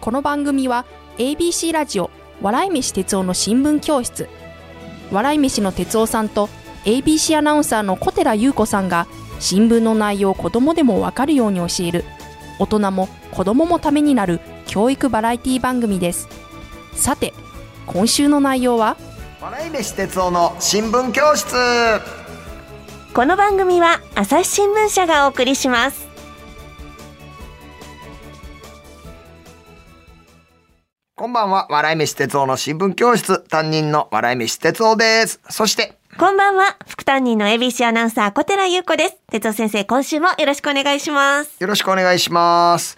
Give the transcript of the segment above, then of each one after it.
この番組は ABC ラジオ笑い飯哲夫の新聞教室笑い飯の哲夫さんと ABC アナウンサーの小寺優子さんが新聞の内容を子どもでもわかるように教える大人も子どももためになる教育バラエティ番組ですさて今週の内容は笑い飯哲夫の新聞教室この番組は朝日新聞社がお送りしますこんばんは笑い飯哲夫の新聞教室担任の笑い飯哲夫ですそしてこんばんは副担任の ABC アナウンサー小寺優子です哲夫先生今週もよろしくお願いしますよろしくお願いします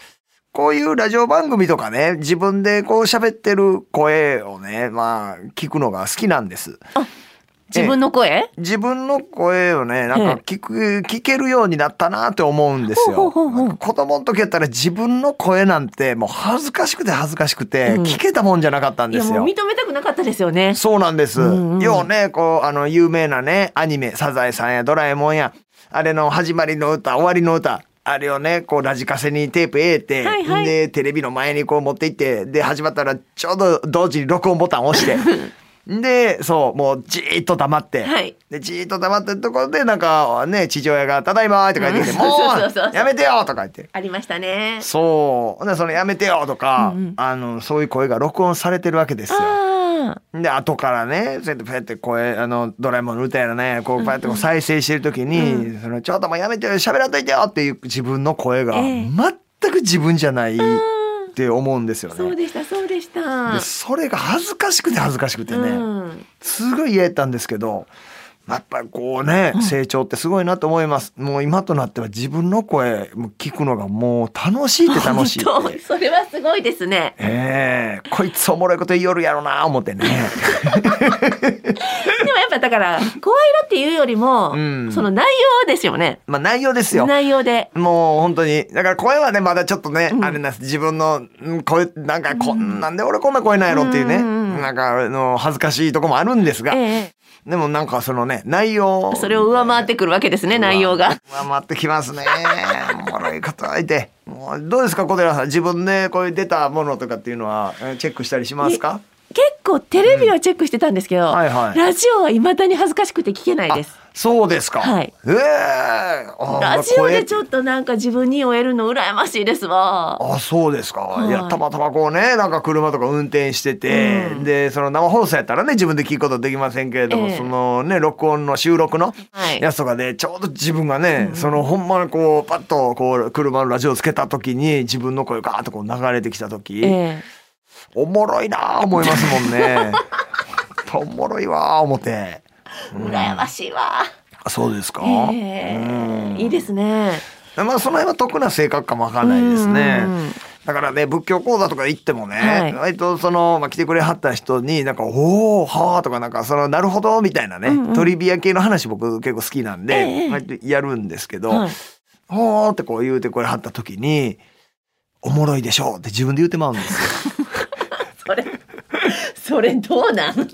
こういうラジオ番組とかね自分でこう喋ってる声をねまあ聞くのが好きなんです自分の声、自分の声をねなんか聞く聞けるようになったなって思うんですほうよほうほうほうなんか子供の時やったら自分の声なんてもう恥ずかしくて恥ずかしくてうん聞けたもんじゃなかったんいでやすもよう認めたくなかったですよねそうなんです。うんうんようね、こう、あの、有名なね、アニメ、サザエさんやドラえもんや、あれの始まりの歌、終わりの歌、あれをね、こう、ラジカセにテープ入れて、はいはいで、テレビの前にこう持って行って、で、始まったら、ちょうど同時に録音ボタンを押して、で、そう、もう、じーっと黙って、はいで、じーっと黙ってるところで、なんか、ね、父親が、ただいまーって書いてきて、うんも そうそうそうそうう、やめてよーとか言って。ありましたねそう。ほんでそのやめてよーとか、うんうんあの、そういう声が録音されてるわけですよ。ああで後からねそうやってこうやって声あのドラえもんの歌やらねこうこうやってこう再生してる時に、そのちょっともうやめてよ喋らんといてよっていう自分の声がええ全く自分じゃないって思うんですよそうね。でしたそうでしたでそれが恥ずかしくて恥ずかしくてね、うんすごい嫌やったんですけどやっぱりこうね成長ってすごいなと思います、もう今となっては自分の声聞くのがもう楽しいって楽しいって本当それはすごいですねええこいつおもろいこと言いよるやろな思 ってね。でもやっぱだから声色っていうよりも、うんその内容ですよねまあ内容ですよ。内容でもう本当に。だから声はね、まだちょっとね、うんあれなんです。自分のうん声、なんかこ、ん、なんで俺こんな声なんやろっていうね。うんうんうんなんか、あの、恥ずかしいとこもあるんですが、えでもなんかそのね、内容。え、それを上回ってくるわけですね内容が。上回ってきますね。おもろいこと言って。もうどうですか、小寺さん。自分でこういう出たものとかっていうのは、えーチェックしたりしますか結構テレビはチェックしてたんですけど、んはいはいラジオは未だに恥ずかしくて聞けないです。そうですか。はいええあラジオでちっとょっとなんか自分に終えるの羨ましいですわ。あそうですか、はいい、やたまたまこうねなんか車とか運転してて、うんでその生放送やったらね自分で聞くことできませんけれども、ええそのね録音の収録のはいやつとかでちょうど自分がね、そのほんまにこうパッとこう車のラジオつけた時に自分の声がガーッとこう流れてきた時、ええ、おもろいなあ思いますも んね。ほんとおもろいわあ思って。羨ましいわ。あそうですか、えうんえ、いいですね。まあその辺は得な性格かもわかんないですねうんうんうん。だからね仏教講座とか行ってもね、はい割とその、まあ、来てくれはった人になんか「おおはあ」とかなんかその「なるほど」みたいなね、うんうんトリビア系の話僕結構好きなんで、ええ割とやるんですけど「はい、ほーってこう言うてくれはった時に「おもろいでしょ」って自分で言うてまうんですよ。 そ れ、それどうなん？い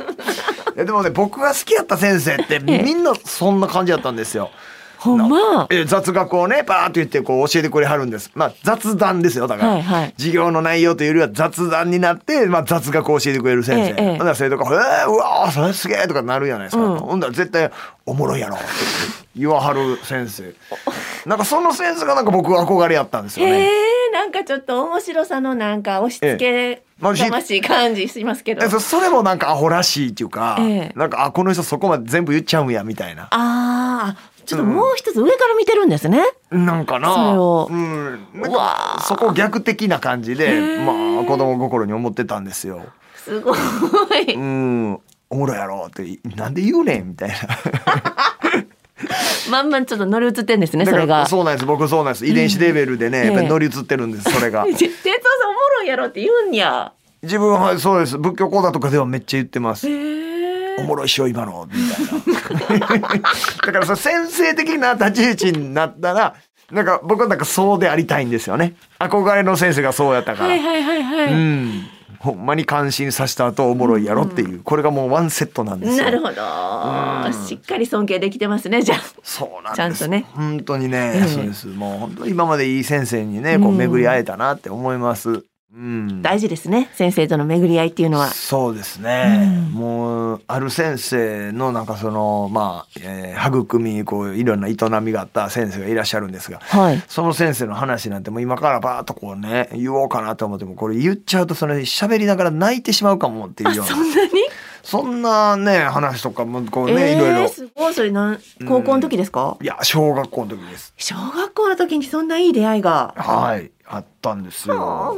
やでもね僕が好きやった先生ってええみんなそんな感じやったんですよ。ほんま。え雑学をねパーッと言ってこう教えてくれはるんです。まあ雑談ですよだから、はいはい授業の内容というよりは雑談になって、まあ、雑学を教えてくれる先生。えええほえんなら生徒が「えー、うわーそれすげえ!」とかなるじゃないですか。うんほんだら絶対「おもろいやろ」って言わはる先生。 なんかそのセンスがなんか僕憧れやったんですよへね。え、なんかちょっと面白さのなんか押し付けまあがましい感じしますけどえ。そそれもなんかアホらしいっていうか、ええなんかあこの人そこまで全部言っちゃうんやみたいな。ああ、ちょっともう一つ上から見てるんですね。なんかなそれをうん、なんうかわーそこ逆的な感じで、へーまあ子供心に思ってたんですよ。すごい。うん、おもろいやろってなんで言うねんみたいな。まんまんちょっと乗り移ってんですね、それだからが。そうなんです僕そうなんです遺伝子レベルでね、うんやっぱり乗り移ってるんですそれ が え哲夫さんおもろいやろって言うんや。自分はそうです仏教講座とかではめっちゃ言ってます。へおえ。もろいしよ今のみたい なだからさ先生的な立ち位置になったらなんか僕はなんかそうでありたいんですよね憧れの先生がそうやったから、はいはいはいはい。うんほんまに感心させた後おもろいやろっていう、これがもうワンセットなんですよなるほど、しっかり尊敬できてますねじゃあそうなんですちゃんとね本当にね、ええそうですもう本当に今までいい先生にねこううん巡り会えたなって思いますうん大事ですね先生との巡り合いっていうのはそうですね、うんもうある先生のなんかそのまあ、えー育みこういろんな営みがあった先生がいらっしゃるんですがはいその先生の話なんてもう今からバーッとこうね言おうかなと思ってもこれ言っちゃうとそれ喋りながら泣いてしまうかもっていあうようそなんなにそんなね話とかもこうね、えいろいー、ろすごいそれなん高校の時ですか、いや小学校の時です小学校の時にそんないい出会いがはい、あったんですよ。はあ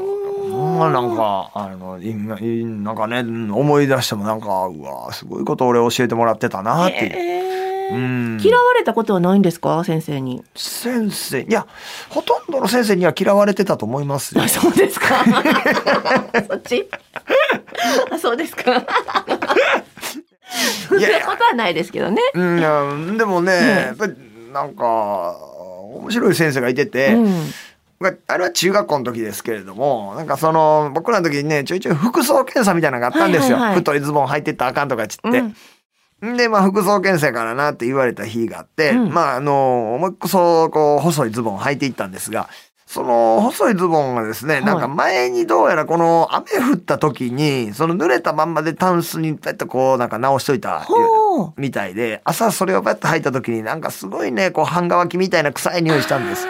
まあなんかあのいいなんかねうん思い出してもなんかうわすごいこと俺教えてもらってたなっていう。えーうん嫌われたことはないんですか先生に先生いやほとんどの先生には嫌われてたと思いますよあ。そうで すかそっちあそうですかそんいなやいやことはないですけどねうんいや、でもね、えやっぱりなんか面白い先生がいてて、うんまああれは中学校の時ですけれども、なんかその、僕らの時にね、ちょいちょい服装検査みたいなのがあったんですよ。はいはいはい太いズボン履いてったらあかんとかちって。んで、まあ、服装検査からなって言われた日があって、うんまあ、あの、思いっこそ、こう、細いズボン履いていったんですが、その、細いズボンがですね、いなんか前にどうやらこの、雨降った時に、その濡れたまんまでタンスにペッとこう、なんか直しといた。ほうみたいで、朝それをパッと履いた時になんかすごいね、こう半乾きみたいな臭い匂いしたんです。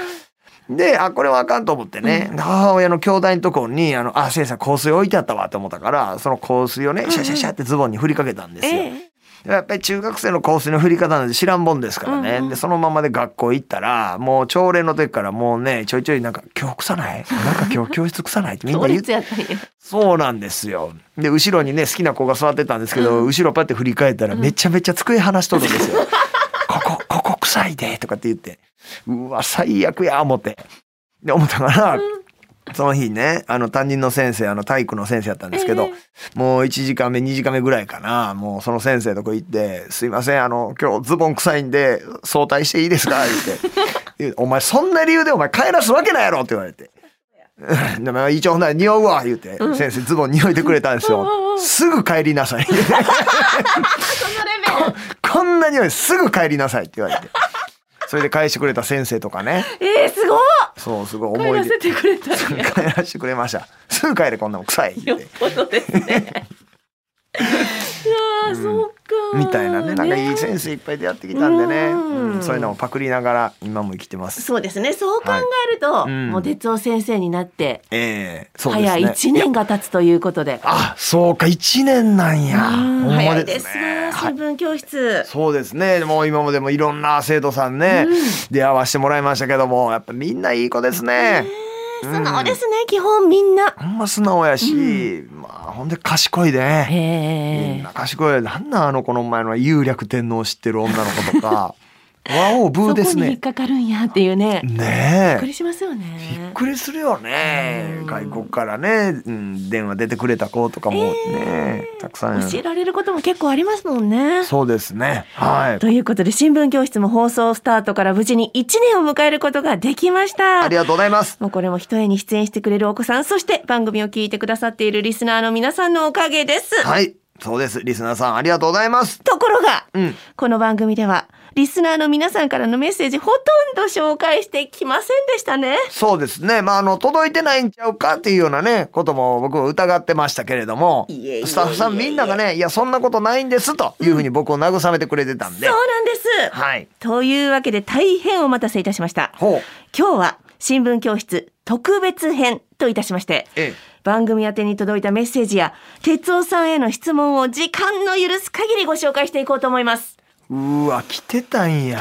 で、あ、これはあかんと思ってね、母親の兄弟のところに、あの、あ、先生香水置いてあったわと思ったから、その香水をね、シャシャシャってズボンに振りかけたんですよ。えやっぱり中学生の香水の振り方なんて知らんもんですからね。うんうんで、そのままで学校行ったら、もう朝礼の時からもうね、ちょいちょいなんか、今日臭ないなんか今日教室臭ないってみん強な言って烈やったんやそうなんですよ。で、後ろにね、好きな子が座ってたんですけど、後ろパって振り返ったら、めちゃめちゃ机離しとるんですよ。 ここ、ここ臭いで、とかって言って、うわ、最悪や、思って。で、思ったから、その日ね、あの担任の先生、あの体育の先生やったんですけど、えもう1時間目、2時間目ぐらいかな、もうその先生のとこ行って、すいません、あの、今日ズボン臭いんで、早退していいですか 言って言う、お前そんな理由でお前帰らすわけないやろって言われて。 でも一応ほんなら匂うわ言うて、先生ズボン匂いでくれたんですよ、すぐ帰りなさい そのレこんな匂いすぐ帰りなさいって言われてそれで返してくれた先生とかねベルえー、すごいそうすごい帰思いらせ出てくれたんや帰らせてくれましたすぐ帰れこんなもん臭いってよっぽどですねいや ー、そうかみたいなねなんかいいね先生いっぱい出会ってきたんでね、うんうんそういうのをパクりながら今も生きてますそうですねそう考えると、いうんもう哲夫先生になってええそうですね早1年が経つということであそうか1年なんやうんほん早まいでですすねねはい新聞教室、そうですね。もう今までもいろんな生徒さんね、出会わせてもらいましたけども、やっぱみんないい子ですね。素直ですね基本みんなほんま素直やし、まあほんで賢いで。みんへな賢い。なんなんあの子の前の有略天皇を知ってる女の子 とか。ワオブーそでこすに引っね。かかるんやっていうねびっねくえ。りしますよねびっくりするよねう。ん外国からね、うん、電話出てくれた子とかもね、たくさんいる。教えられることも結構ありますもんねそうですね。はい。ということで新聞教室も放送スタートから無事に1年を迎えることができましたありがとうございます。もうこれも一重に出演してくれるお子さん、そして番組を聞いてくださっているリスナーの皆さんのおかげです。はい。そうです。リスナーさんありがとうございます。ところが、うん。この番組では、リスナーの皆さんからのメッセージほとんど紹介してきませんでしたね。そうですね。まあ、あの、届いてないんちゃうかっていうようなね、ことも僕は疑ってましたけれどもいえいえいえい、えスタッフさんみんながね、いや、そんなことないんですというふうに僕を慰めてくれてたんで。そうなんです。はい。というわけで大変お待たせいたしました。ほう。今日は新聞教室特別編といたしまして、ええ番組宛てに届いたメッセージや、哲夫さんへの質問を時間の許す限りご紹介していこうと思います。うーわ、来てたんや。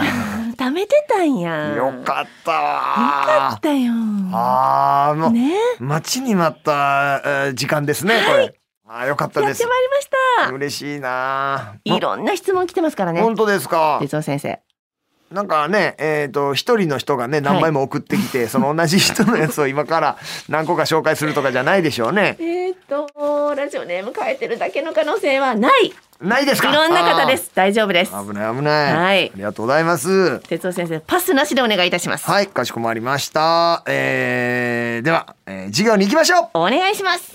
貯めてたんや。よかったよかっわ。たよ。あー、もう、ね待ちに待ったえー時間ですね、これ。あーよかったやでってすま。いりました。嬉しいな。いろんな質問来てますからね。本当ですか。哲夫先生。なんかね、えっ、と、一人の人がね、何枚も送ってきて、 その同じ人のやつを今から何個か紹介するとかじゃないでしょうね。えっと、ラジオネーム変えてるだけの可能性はない。いないですかろんな方です。大丈夫です。あー危ない危ない。はいありがとうございます。哲夫先生、パスなしでお願いいたします。はい、かしこまりました。えー、では、えー、授業に行きましょうお願いします。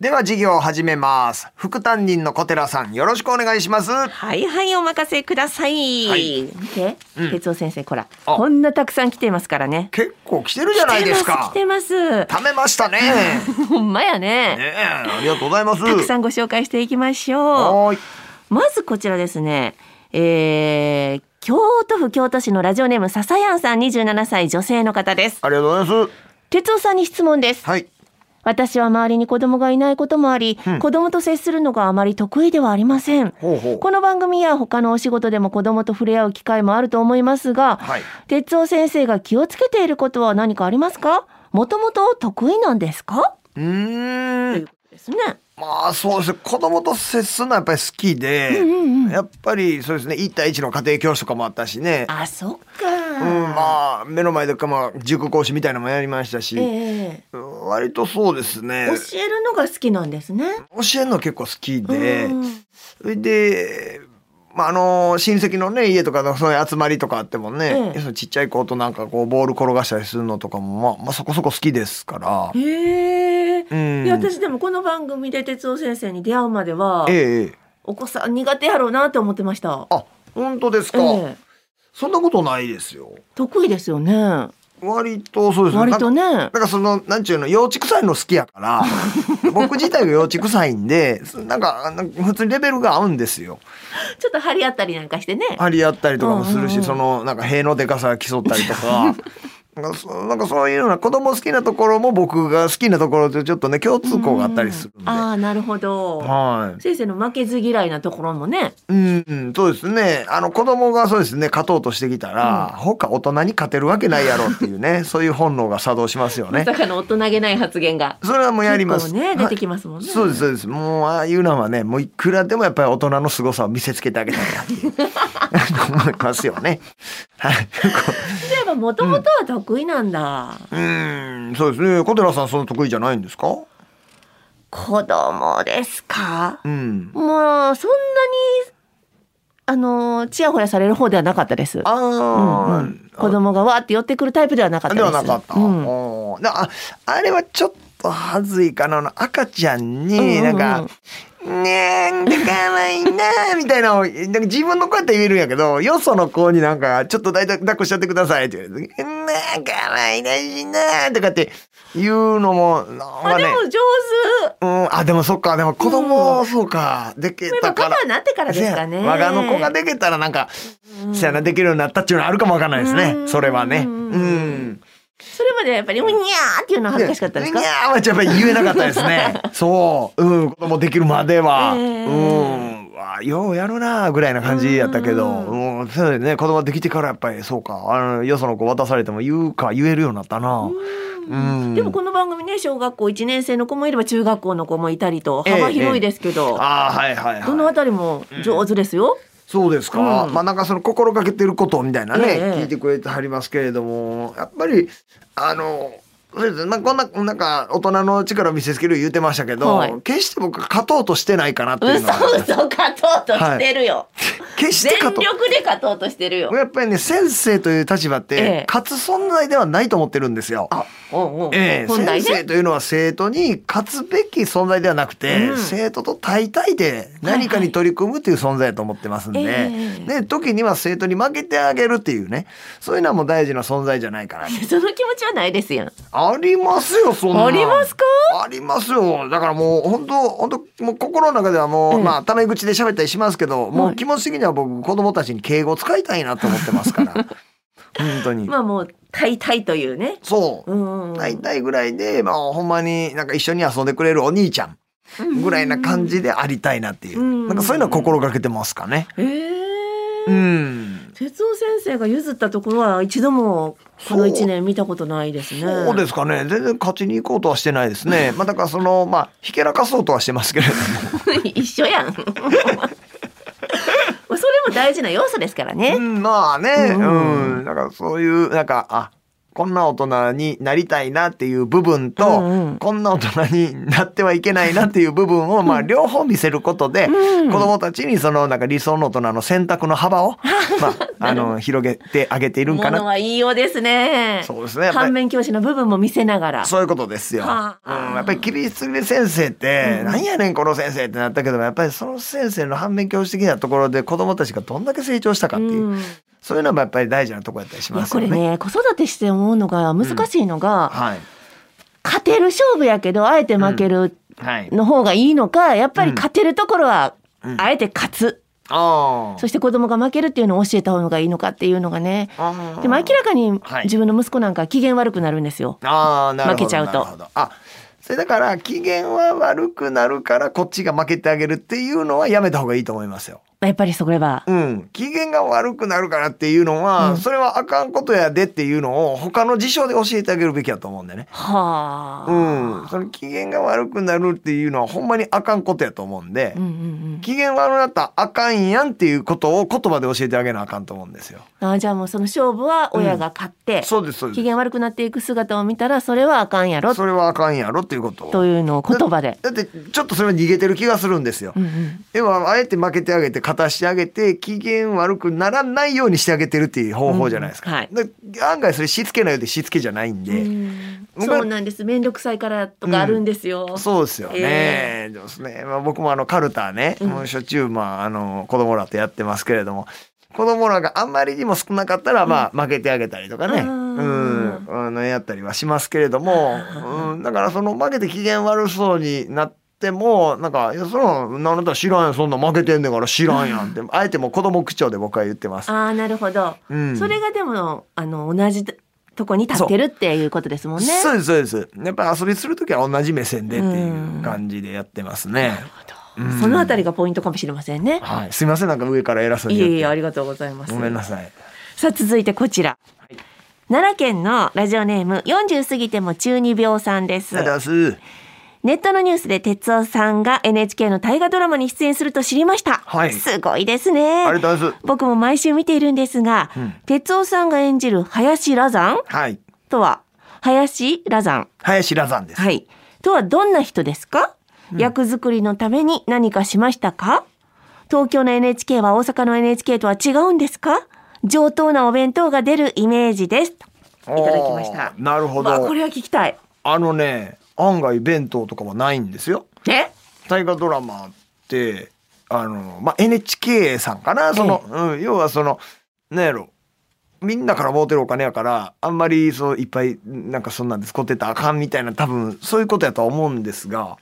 では授業を始めます。副担任の小寺さん、よろしくお願いします。はいはいお任せください。はい見て、うん哲夫先生こらあこんなたくさん来てますからね。結構来てるじゃないですか来。てます来て貯めました ね。ます。ほんまやねね。え、ありがとうございます。たくさんご紹介していきましょう。はーい。まずこちらですね。えー、京都府京都市のラジオネームささやんさん27歳女性の方です。ありがとうございま哲夫さんに質問ですす。。はい。私は周りに子供がいないこともあり、うん子供と接するのがあまり得意ではありません。ほうほう。この番組や他のお仕事でも子供と触れ合う機会もあると思いますが、はい。哲夫先生が気をつけていることは何かありますかもともと得意なんですかうーん。ですね。まあそうですね。子供と接するのはやっぱり好きで、うんうんうんやっぱりそうですね。1対1の家庭教師とかもあったしね。あ、そっうか。ん、まあ目の前でかまあ塾講師みたいなのもやりましたし、ええうん割とそうですね。教えるのが好きなんですね。教えるの結構好きで、うんそれで、まあ、あの親戚のね家とかのそういう集まりとかあってもね、ええそのちっちゃい子となんかこうボール転がしたりするのとかも、まあ、まあそこそこ好きですから。へえ。うんいや、私でもこの番組で哲夫先生に出会うまでは、ええええお子さん苦手やろうなと思ってました。あ本当ですか、ええそんなことないですよ。得意ですよね。割とそうです割となんかな。んねかその、なんちゅうの、幼稚臭いの好きや から、僕自体が幼稚臭いんで、なんか、なんか普通にレベルが合うんですよ。ちょっと張り合ったりなんかしてね。張り合ったりとかもするし、うんうんうんそのなんか塀のでかさが競ったりと か。なんかそなんかそういうような子供好きなところも僕が好きなところとちょっとね共通項があったりするんで。ああ、なるほど。は先生の負けず嫌いなところもね。い。うん、うん、そうですね。あの子供がそうですね、勝とうとしてきたら、他大人に勝てるわけないやろっていう ね、そういう本能が作動しますよまね。さかの大人げない発言が。それはもうやります。結構ね、は出いてきますもんね。そうです、そうです。もう、ああいうのはね、もういくらでもやっぱり大人の凄さを見せつけてあげたいなっていう 思いますよね。はい。そういえば、もともとは得意なんだ。うーん、そうですね。小寺さん、その得意じゃないんですか。子供ですかう。ん。もう、そんなに。あの、ちやほやされる方ではなかったです。あうんあ、うん、子供がわーって寄ってくるタイプではなかったでです。はなかった。うんおーであ、あれはちょっと恥ずいかな、あの赤ちゃんに、うんうんなうんんか。なんで可愛いなみたいなのをなんか自分の子やったら言えるんやけどよその子になんか「ちょっと抱いた抱っこしちゃってください」って言われて「なあ可愛らしいな」とかって言うのもなんあ、かでねも上手。うん、あでもそっかでも子供、そうかできやったぱかパらパになってからですかね。せや我がの子ができたらなんか、せやなできるようになったっていうのはあるかもわかんないですうねんそれはねううんんそれまでやっぱり、うにゃーっていうのは恥ずかしかったですかいやいやまあやっぱり言えなかったですね そううん子供できるまでは、ええうんわあようやるなぐらいな感じやったけどううん、そうだよね子供できてからやっぱりそうかあのよその子渡されても言うか言えるようになったなうん、でもこの番組ね小学校1年生の子もいれば中学校の子もいたりと幅広いですけど、ああはいはいはいどのあたりも上手ですよ。そうですか、うんまあなんかその心がけてることみたいなね、ええ聞いてくれてはりますけれどもやっぱりあのそうですねまあこんななんか大人の力を見せつける言うてましたけど、はい決して僕は勝とうとしてないかなっていう嘘のは嘘勝とうとしてるよ。決して全勝力とうで勝とうとしてるよ。やっぱりね先生という立場っええて勝つ存在ではないと思ってるんですよ。あ、うんうん。ええ本来先生ね。というのは生徒に勝つべき存在ではなくて、うん生徒と対対で何かに取り組むという存在だと思ってますんで、はいはいええね、時には生徒に負けてあげるっていうねそういうのはもう大事な存在じゃないかなその気持ちはないですやん。ありますよそんなありますかありますよだからもう本当本当もう心の中ではもう、ええまあタメ口で喋ったりしますけど、もはうい気持ち的には僕子供たちに敬語使いたいなと思ってます から本当に、まあもう大体というね。そううんうん。大体ぐらいで、まあ、ほんまになんか一緒に遊んでくれるお兄ちゃんぐらいな感じでありたいなっていう、うんなんかそういうのは心がけてますかね。ええうん。哲夫先生が譲ったところは一度もこの一年見たことないですね。そうですかね。全然勝ちに行こうとはしてないですね。まあ、だからその、まあ、ひけらかそうとはしてますけれども。 一緒やん。 まあそれも大事な要素ですからね。うん、まあね、ううんん、なんかそういう、なんか、あ、こんな大人になりたいなっていう部分と、うんうんこんな大人になってはいけないなっていう部分を、まあ、両方見せることで、うん子供たちにその、なんか理想の大人の選択の幅 を、まあ、あの、広げてあげているんかものな。は言いようですね。そうですね。やっぱり反面教師の部分も見せながら。そういうことですよ。うん、はあやっぱり桐り先生って、なんやねんこの先生ってなったけどもやっぱりその先生の反面教師的なところで子どもたちがどんだけ成長したかっていう、うんそういうのもやっぱり大事なところやったりしいやますこよれね。ね子育てして思うのが難しいのが、はい、勝てる勝負やけどあえて負けるはい、の方がいいのかやっぱり勝てるところはうんあえて勝つ、あそして子供が負けるっていうのを教えた方がいいのかっていうのがねあでも明らかにはい自分の息子なんか機嫌悪くなるんですよ。ああなるほど負けちゃうとなるほどあそれだから機嫌は悪くなるからこっちが負けてあげるっていうのはやめた方がいいと思いますよ。やっぱりそれはうん、機嫌が悪くなるからっていうのは、うんそれはあかんことやでっていうのを他の事象で教えてあげるべきだと思うんだよね。はあ、うん、その機嫌が悪くなるっていうのはほんまにあかんことやと思うんで、うんうん機嫌悪くなったらあかんやんっていうことを言葉で教えてあげなあかんと思うんですよ。うん、あじゃあもうその勝負は親が勝って、そうですそう機です。嫌悪くなっていく姿を見たらそれはあかんやろそれはあかんやろっていうことを。というのを言葉で。だってちょっとそれは逃げてる気がするんですよ。うんうん要はあえて負けてあげて勝たしてあげて機嫌悪くならないようにしてあげてるっていう方法じゃないですか。うんはいで案外それしつけないようでしつけじゃないんで。うんそうなんです面倒くさいからとかあるんですよ。そうですよね。えでもですね、まあ、僕もあのカルタね、うんもうしょっちゅう、まあ、あの子供らとやってますけれども。子供らがあんまりにも少なかったら、まあ、負けてあげたりとかね、あうーん、あの、やったりはしますけれど も。うん、だから、その負けて機嫌悪そうになって。もなんか「いやそのあなた知らんやんそんな負けてんねんから知らんやん」ってあえてもう子供口調で僕は言ってます。ああなるほど、うんそれがでもあの同じとこに立ってるっていうことですもんね。そうですそうですやっぱり遊びする時は同じ目線でってういんう感じでやってますね。うんそのあたりがポイントかもしれませんね。はい、すみませんなんか上から偉そうにい言っえていえありがとうございます。ごめんなさい。さあ続いてこちら、奈良県のラジオネーム40過ぎても中二病さんです。ありがとうございます。ネットのニュースで哲夫さんが NHK の大河ドラマに出演すると知りました。はいすごいですね。ありがとうございます。僕も毎週見ているんですが、うん哲夫さんが演じる林羅山はい。とは、林羅山。林羅山です。はい。とはどんな人ですか、役作りのために何かしましたか東京の NHK は大阪の NHK とは違うんですか上等なお弁当が出るイメージです。といただきましたおー。なるほわあどこ。れは聞きたい。あのね、案外弁当とかはないんですよ。え大河ドラマって、あの、まあ、NHK さんかな、その、うん、要はその、なんやろ。みんなから儲てるお金やから、あんまりそういっぱい、なんかそんなんで使ってたらあかんみたいな、多分、そういうことやとは思うんですが。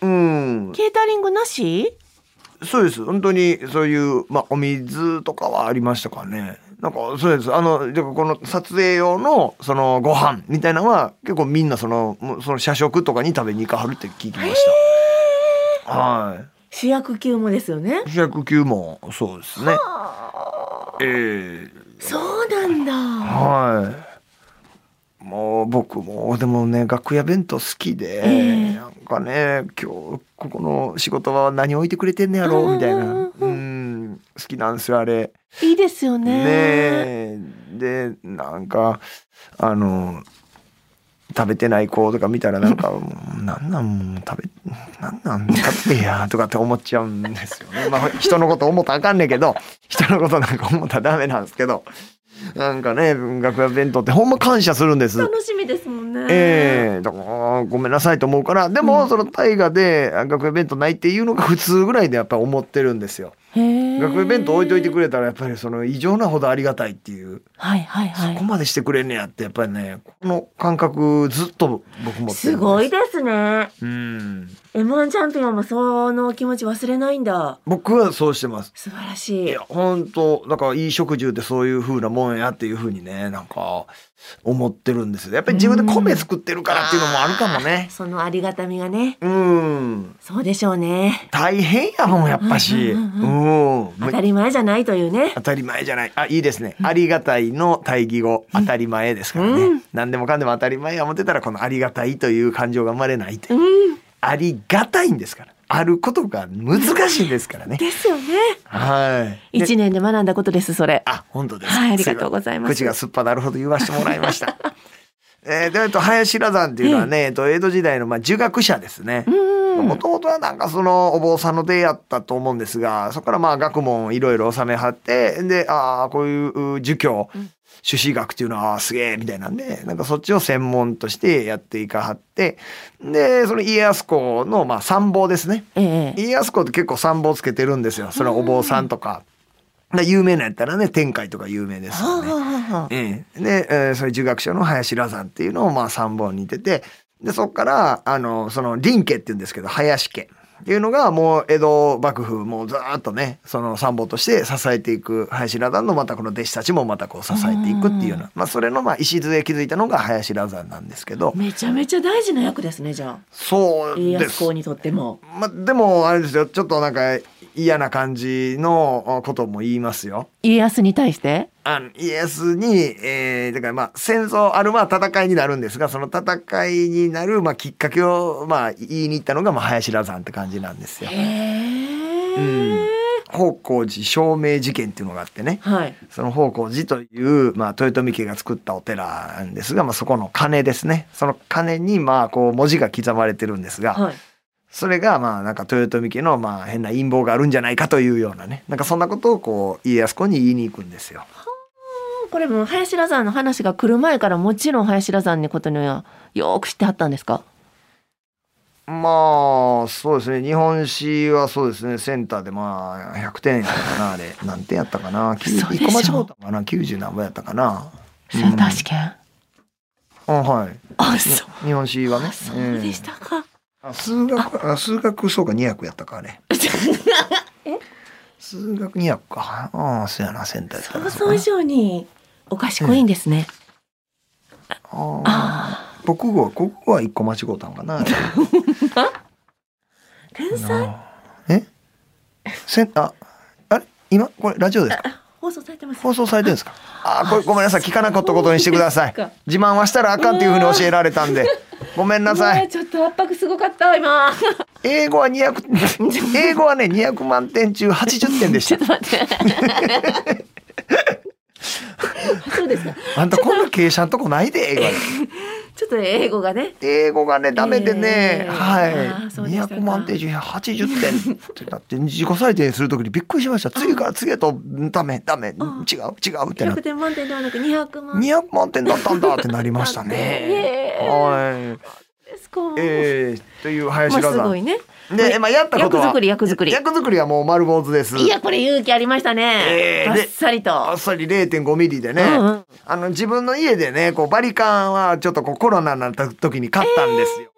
うん。ケータリングなしそうです本当にそういう、まあ、お水とかはありましたかねなんかそうですあのでもこの撮影用のそのご飯みたいなのは結構みんなそのもうその社食とかに食べに行かはるって聞きましたは主役級もですよね。い主役級もそうですねええそうなんだ。はいもう僕もでもね楽屋弁当好きで、ええなんかね今日ここの仕事場は何置いてくれてんねやろうみたいなうんうんうんううんん好きなんですよあれ。いいですよね。ねえでなんかあの食べてない子とか見たら なんか「もうなんなんもう食べなんなん食べてや」とかって思っちゃうんですよね。まあ、人のこと思ったらあかんねんけど人のことなんか思ったらダメなんですけどなんかね楽屋弁当ってほんま感謝するんです。楽しみですもんね。ええだからごめんなさいと思うからでも、その大河であ楽屋弁当ないっていうのが普通ぐらいでやっぱり思ってるんですよ。へえ学園弁当置いといてくれたらやっぱりその異常なほどありがたいっていう、はいはいはここい。までしてくれんねやってやっぱりねこの感覚ずっと僕もすごいですね。うん、 M1 チャンピオンもその気持ち忘れないんだ。僕はそうしてます素晴らしいい。や本当なんかいい食住ってそういう風なもんやっていう風にねなんか思ってるんですよやっぱり自分で米作ってるからっていうのもあるかもねそのありがたみがね。うんそうでしょうね。大変やもんやっぱしううんうん当たり前じゃないというね。当たり前じゃない。あ、いいですね。ありがたいの対義語、当たり前ですからね。うん何でもかんでも当たり前や思ってたら、このありがたいという感情が生まれないといううん。ありがたいんですから。あることが難しいですからね。ですよね。はい。で一年で学んだことです、それ。あ、本当です。はいありがとうございます口がすっぱなるほど言わせてもらいま した。えー、で、えっと、林羅山っていうのはね、えっと、江戸時代の、まあ、儒学者ですね。うん。もともとはなんかそのお坊さんの出やったと思うんですがそこからまあ学問をいろいろ収めはってでああこういうう儒教朱子学っていうのはあーすげえみたいなんでなんかそっちを専門としてやっていかはってでその家康公のまあ参謀ですねええ。家康公って結構参謀つけてるんですよそれはお坊さんとか。で有名なんやったらね天海とか有名ですはあよはね。あはあ。ええ、で、えーそういう儒学者の林羅山っていうのをまあ参謀にいててでそこからあのその林家っていうんですけど林家っていうのがもう江戸幕府もうずーっとねその参謀として支えていく林羅山のまたこの弟子たちもまたこう支えていくっていうような、まあ、それのまあ礎築いたのが林羅山なんですけどめちゃめちゃ大事な役ですね、じゃそうあ。家で康す公。にとっても。まあ、でもあれですよちょっとなんか嫌な感じのことも言いますよ。家康に対して。あの家康に、えー、だからまあ戦争あるまあ戦いになるんですがその戦いになるまあきっかけをまあ言いに行ったのがまあ林羅山って感じなんですよ。へえ。うん宝光寺照明事件っていうのがあってねはい。その宝光寺という、まあ、豊臣家が作ったお寺なんですが、まあ、そこの鐘ですねその鐘にまあこう文字が刻まれてるんですが、はい。それがまあなんか豊臣家のまあ変な陰謀があるんじゃないかというようなねなんかそんなことをこう家康公に言いに行くんですよ。これもう林羅山の話が来る前からもちろん林羅山のことにはよく知ってはったんですか。まあそうですね日本史はそうですねセンターでまあ100点やったかなあれ何点やったかなきゅう嘘でし生ょ駒地方だったかな90何本やったかなセンター試験。あはいあ、にそう。日本史はねあ、そうでし、たか。ええあ数学あ数学そうか200やったかあれ数学200かああそうやなセンターやった想ら像以上にお賢いんですね。あああ国語は国語は1個間違うたんかなあれあ、天才。えセンああれ今これラジオですか放送されてます。放送されてるんですか。あー、これごめんなさい、聞かなかったことにしてくださいそうですか。自慢はしたらあかんっていうふうに教えられたん で。ごめんなさうわい。ちょっと圧迫すごかった、今。 英語は200 英語はね、200万点中80点でし。ちょった と待って。そうですか。あんたこんな傾斜のとこないで、英語はちょっと英語がね。英語がね、ダメでね、えーあーそうはい。でしたか200万点中80点ってなって、自己採点するときにびっくりしました。次から次へと、んダメ、ダメ、違う、違うってなっ100て。点満点ではなく200万点。 200万点だったんだってなりましたねね。えはい。ですか。えー、というま林あ田すさんごい。ね。で、えまあ、やったことは役作り役作り役作りはもう丸坊主ですいやこれ勇気ありましたね。えーあっでさりあとっ。さり0.5ミリでね、うんうんあの自分の家でねこうバリカンはちょっとこうコロナになった時に買ったんですよ。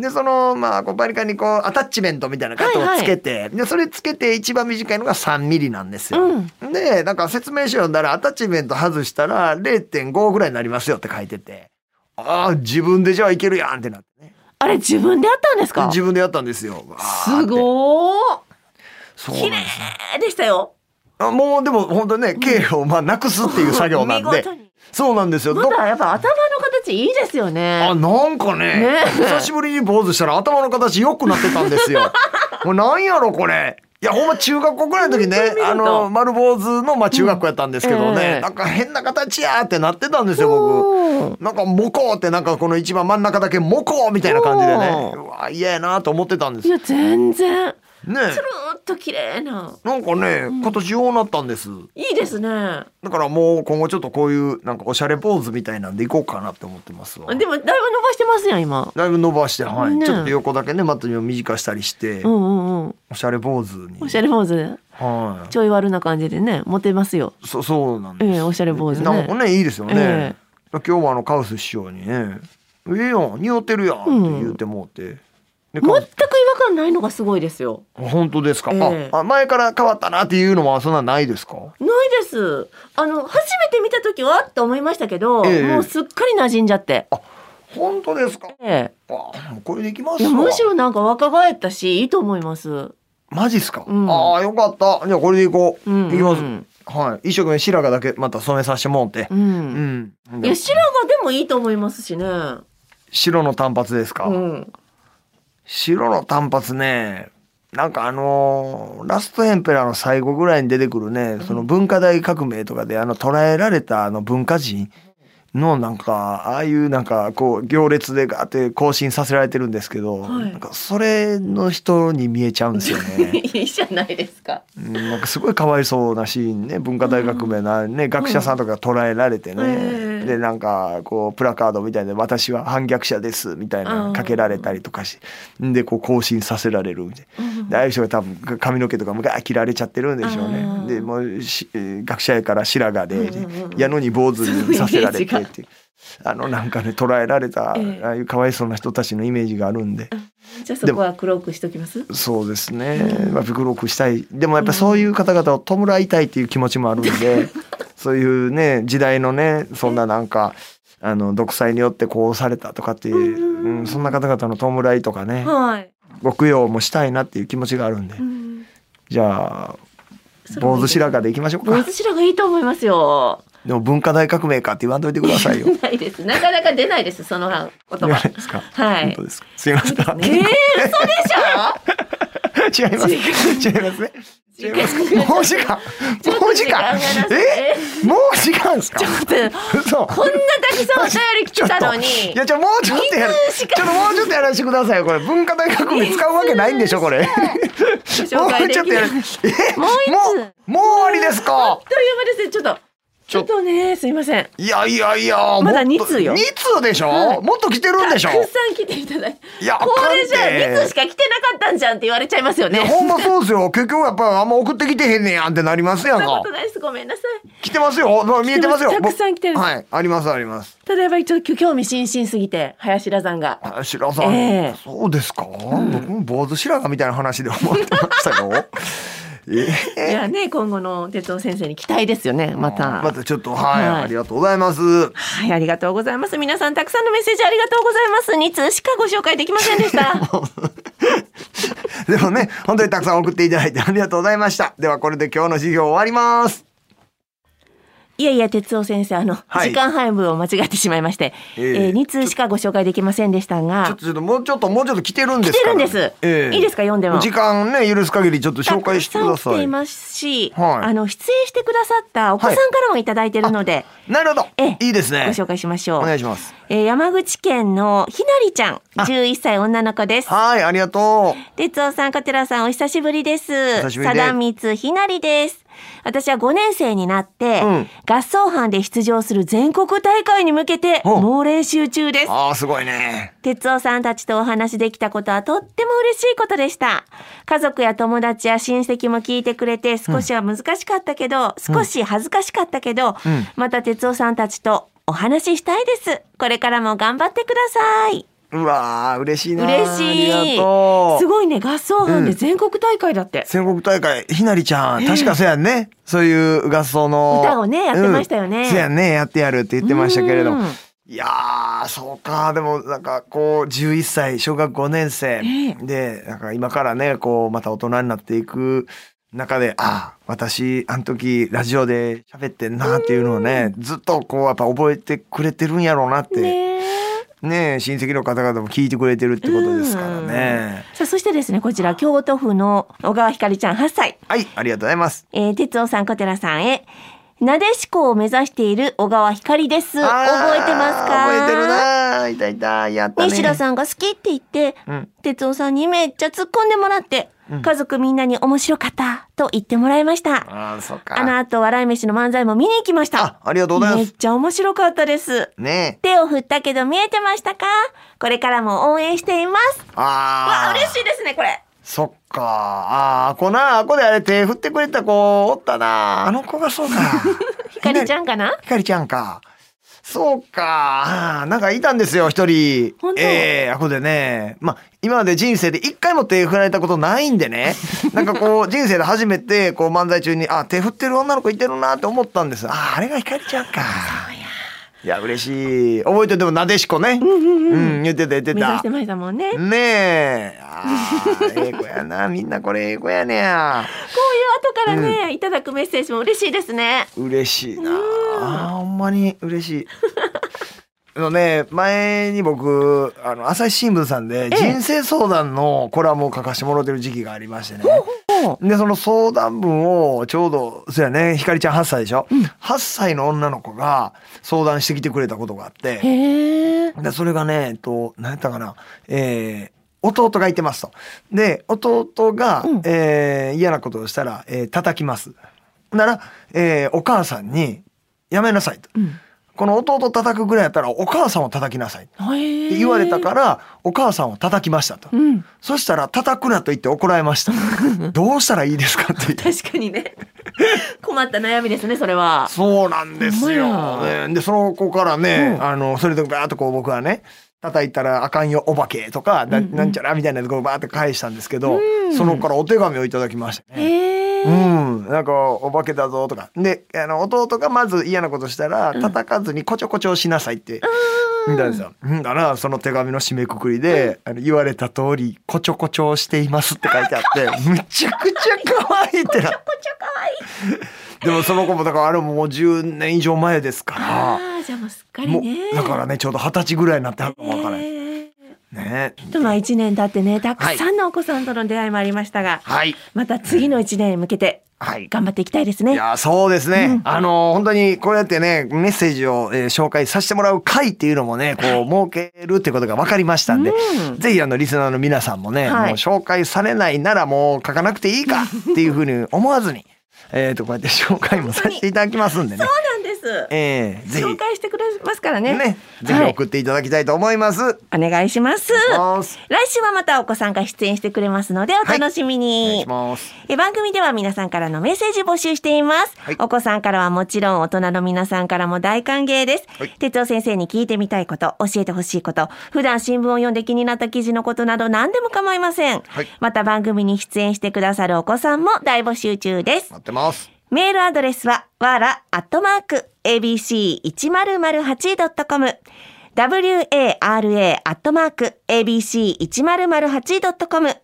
でそのまあこうバリカンにこうアタッチメントみたいなカットをつけて、でそれつけて一番短いのが3ミリなんですよ。でなんか説明書読んだらアタッチメント外したら0.5ぐらいになりますよって書いててああ自分でじゃあいけるやんってなってねあれ自分でやったんですか。自分でやったんですよ。すいごー。そうなん綺ですよ麗でしたよ。あもうでも本当ね経をまあなくすっていう作業 なん見で事にそうなんですよまどだやっぱ頭の形いいですよあね。なんかねね久しぶりに坊主したら頭の形良くなってたんです よもうなんやろこれいやほんま中学校ぐらいの時ねあの丸坊主のまあ中学校やったんですけどね、うんええなんか変な形やーってなってたんですよ僕。うんなんかモコーってなんかこの一番真ん中だけモコーみたいな感じでねおーうわ嫌やなと思ってたんですいねや全然。えつるーっと綺麗な。なんかね今年ようなったんです。 いいですね。だからもう今後ちょっとこういうなんかおしゃれポーズみたいなんでいこうかなって思ってますわ。でもだいぶ伸ばしてますよ今。だいぶ伸ばして、はい、ねちょっと横だけね、また短したりして、うんうんうん。おしゃれポーズに。おしゃれ坊主。はちょい悪な感じでね、モテますよ。い。そそうなんえです。えおしゃれ坊主ねなんかね、いいですよね。え今日はあのカウス師匠にね、ええやん、似合ってるやんって言ってもうて。で全くカウ違和ス感ないのがすごいですよ。本当ですか、ええああ前から変わったなっていうのはそんなんないですかないです。あの初めて見た時はって思いましたけど、ええもうすっかり馴染んじゃって。本当ですかえあもうこれでいきまえいすやわむしろなんか若返ったしいいと思います。マジっすか、うんああよかったじゃあこれでいこう、うんいきます、うんはい一生懸命白髪だけまた染めさせてもらってう。うんん、いや白髪でもいいと思いますしね。白の単発ですか、うん。白の単発ねなんかあのーラストエンペラーの最後ぐらいに出てくるね、その文化大革命とかであの捕らえられたあの文化人のなんか、ああいうなんかこう行列でガーって更新させられてるんですけど、はいなんかそれの人に見えちゃうんですよね。 いいじゃないですか。うんなんかすごいかわいそうなシーンね、文化大革命のね、学者さんとか捕らえられてね、ええでなんかこうプラカードみたいで私は反逆者ですみたいなのかけられたりとかし、でこう更新させられるみたいな。でああいう人が多分か髪の毛とかもガー切られちゃってるんでしょうあーね。でもうしえー学者やから白髪で、うんうんうんやのに坊主にさせられてっていうあのなんかね捉えられた、ええああいうかわいそうな人たちのイメージがあるんで、じゃあそこは黒くしときます。そうですね、まあ、黒くしたいでもやっぱそういう方々を弔いたいっていう気持ちもあるん でそういうね時代のねそんななんか。あの独裁によってこうされたとかっていう、うんうんうんそんな方々の弔いとかね、はい。ご供養もしたいなっていう気持ちがあるんで、うんじゃあそれ坊もい主いです白髪でいきましょう坊か主。白がいいと思いますよ。でも文化大革命かって言わんといてください よ。ないです。なかなか出ないです。その言言わな葉。いですか。はい本当ですか。すいません。ええー、嘘でし ょ。違います。違いますね。違いますか。もう時間。ちょっもとう時時間が間なさ。え、もう時間ですか。嘘。こんなたくさんお便り来てたのに。いや、ちょ、もうちょっとやる二。通ちょしっかともうちょっとやらせてくださいよ。これ文化大革命使うわけないんでしょこれ。もご紹介うでちょっきとやない。あるっという。え、もう一通もうもう終わりですか。間ですね。ちょっと。ちちょょっとね、すいません。いやいやいや。まだもっと二通よ二通でしょ。もっと来てるんでしょた。くさん来ていただいて。いやこれじゃああかんて2通しか来てなかったんじゃんって言われちゃいますよね。ほんまそうですよ。結局やっぱりあんま送ってきてへんねんやんってなりますやんそんなかこと。ないです。ごめんなさい。来てますよ。まあ見えてますよ。来てますたくさん来てる僕はい。ありますあります。ただやっぱりちょっと興味津々すぎて、林田さんが。あ白さん、ええそうですか。僕も坊主白髪みたいな話で思ってました よ。えいやね、今後の哲夫先生に期待ですよね。また。またちょっとはい、はいありがとうございます。はい、ありがとうございます。皆さんたくさんのメッセージありがとうございます。2通しかご紹介できませんでした。でもね、本当にたくさん送っていただいてありがとうございました。ではこれで今日の授業終わります。 いやいや、哲夫先生、あの、はい時間配分を間違えてしまいまして、えええ2通しかご紹介できませんでしたちょっがと、ちょっともうちょっともうちょっと来てるんで来すてからるんね、です。ええいいですか、読んでも。時間ね許す限りちょっと紹介してくだたくさんさ来てい。いなますし、はいあの出演してくださったお子さんからもいただいてるので、るほどえ。えいいですねご。紹介しましょおう。願いします。えー山口県のひなりちゃん、11歳女の子です。はい、ありがとう。哲夫さん、小寺さん、お久しぶりです。久しぶりです貞光ひなりです。私は5年生になって、うん合奏班で出場する全国大会に向けて、ほう猛練習中です。ああ、すごいね。哲夫さんたちとお話できたことはとっても嬉しいことでした。家族や友達や親戚も聞いてくれて、少しは難しかったけど、少し恥ずかしかったけど、うんまた哲夫さんたちとお話ししたいです。これからも頑張ってください。うわー、嬉しいな。嬉しい。ありがとすう。ごいね、合奏班で全国大会だって。全国大会、ひなりちゃん、確かそうやんね。そういう合奏の。歌をねやってましたよねうんそうやんね、やってやるって言ってましたけれどうもん。いやー、そうか。でも、なんか、こう、11歳、小学5年生え。で、なんか今からね、こう、また大人になっていく中で、ああ、私、あの時、ラジオで喋ってんなっていうのをね、ずっとこう、やっぱ覚えてくれてるんやろうなって。ねえねえ親戚の方々も聞いてくれてるってことですからね。さあそしてですねこちら京都府の小川ひかりちゃん8歳、はい、ありがとうございます。えー、哲夫さん小寺さんへなでしこを目指している小川ひかりですあー覚えてますか覚えてるな。いたいた、やったね。西田さんが好きって言って、うん哲夫さんにめっちゃ突っ込んでもらって、うん家族みんなに面白かったと言ってもらいましたああ、そっか。あの後笑い飯の漫才も見に行きましたあ、ありがとうございめまっす。ちゃ面白かったですねえ。手を振ったけど見えてましたかこれからも応援していますわああ。あ嬉しいですねこれそっか。ああ、こな、あこであれ手振ってくれた子おったな。あの子がそう か。ひかりちゃん。んかなひかりちゃんか。そうか。あーなんかいたんですよ、一人。本当ええあこでね。まあ、今まで人生で一回も手振られたことないんでね。なんかこう、人生で初めて、こう漫才中に、あ、手振ってる女の子いてるなって思ったんです。あー、あれがひかりちゃんか。いや、嬉しい。覚えてても、なでしこね。うん、言ってた、言って目指たして。ましたもんね、こういうねえ。あーええ子やな。みんなこれええ子やねや。後からね、いただくメッセージも嬉しいですね嬉しいな。あーほんまに嬉しい。のね前に僕あの朝日新聞さんで人生相談のコラムを書かしてもらってる時期がありましてね、でその相談文をちょうどそうやねひかりちゃん8歳でしょ、8歳の女の子が相談してきてくれたことがあって、へえ。で、それがね、えっと、何やったかな、えー弟がいてますと。で、弟が、うんえー嫌なことをしたら、えー叩きます。なら、えーお母さんに、やめなさいと。うんこの弟を叩くぐらいやったら、お母さんを叩きなさい。っへて言われたから、お母さんを叩きましたと。うん。そしたら、叩くなと言って怒られま した。どうしたらいいですかって言って。確か にね。困った悩みですね、それは。そうなんですほよん。まねで、その子からね、うんあの、それでバーっとこう僕はね、叩いたらあかんよ、お化けとか、なうんうんなんちゃらみたいなところバーって返したんですけど、うんその子からお手紙をいただきましたね。へえ。うん、なんかお化けだぞとかであの弟がまず嫌なことしたら叩かずにこちょこちょしなさいって言ったんですよ。うんだからその手紙の締めくくりで、あの言われた通りこちょこちょしていますって書いてあっ てむちゃくちゃ可愛いってなってこちゃかわいい。でもその子もだからあれももう10年以上前ですから。ああ、じゃあもうすっかりもね。うだからねちょうど二十歳ぐらいになってはるかもわからない、へえ。ねとまあ一年経ってね、たくさんのお子さんとの出会いもありましたが、はいまた次の一年に向けてはい頑張っていきたいですいね。やそうですね、あの本当にこうやってねメッセージを、えー紹介させてもらう会っていうのもねこう設けるっていうことが分かりましたんで、うんぜひあのリスナーの皆さんもね、はいもう紹介されないならもう書かなくていいかっていうふうに思わずに えーとこうやって紹介もさせていただきますんでね、そうなんです。えーぜ紹ひ介してくれますからね。ねぜひ送っていただきたいと思います。はい、お願いします。お願いします来週はまたお子さんが出演してくれますのでお楽しみお願いにし。ます。え番組では皆さんからのメッセージ募集しています、はいお子さんからはもちろん大人の皆さんからも大歓迎です、はい哲夫先生に聞いてみたいこと教えてほしいこと普段新聞を読んで気になった記事のことなど何でも構いません、はいまた番組に出演してくださるお子さんも大募集中です待ってます。メールアドレスは、わら、アットマーク、abc1008.com、wara, アットマーク、abc1008.com、フ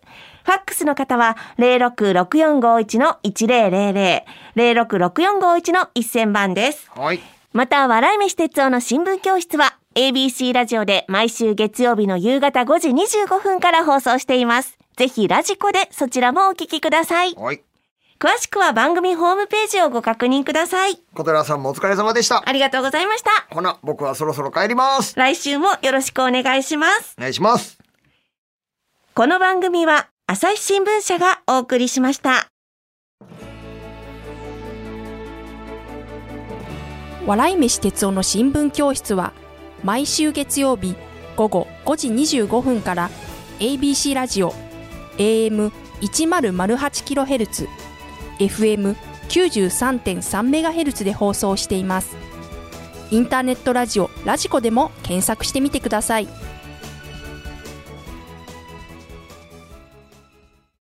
ァックスの方は、066451-1000、066451-1000番です。はい。また、笑い飯哲夫の新聞教室は、ABC ラジオで毎週月曜日の夕方5時25分から放送しています。ぜひラジコでそちらもお聞きください。はい。詳しくは番組ホームページをご確認ください。小寺さんもお疲れ様でした。ありがとうございました。ほな、僕はそろそろ帰ります。来週もよろしくお願いします。お願いします。この番組は朝日新聞社がお送りしました。笑い飯哲夫の新聞教室は毎週月曜日午後5時25分から ABC ラジオ AM1008kHz FM93.3MHz で放送していますインターネットラジオラジコでも検索してみてください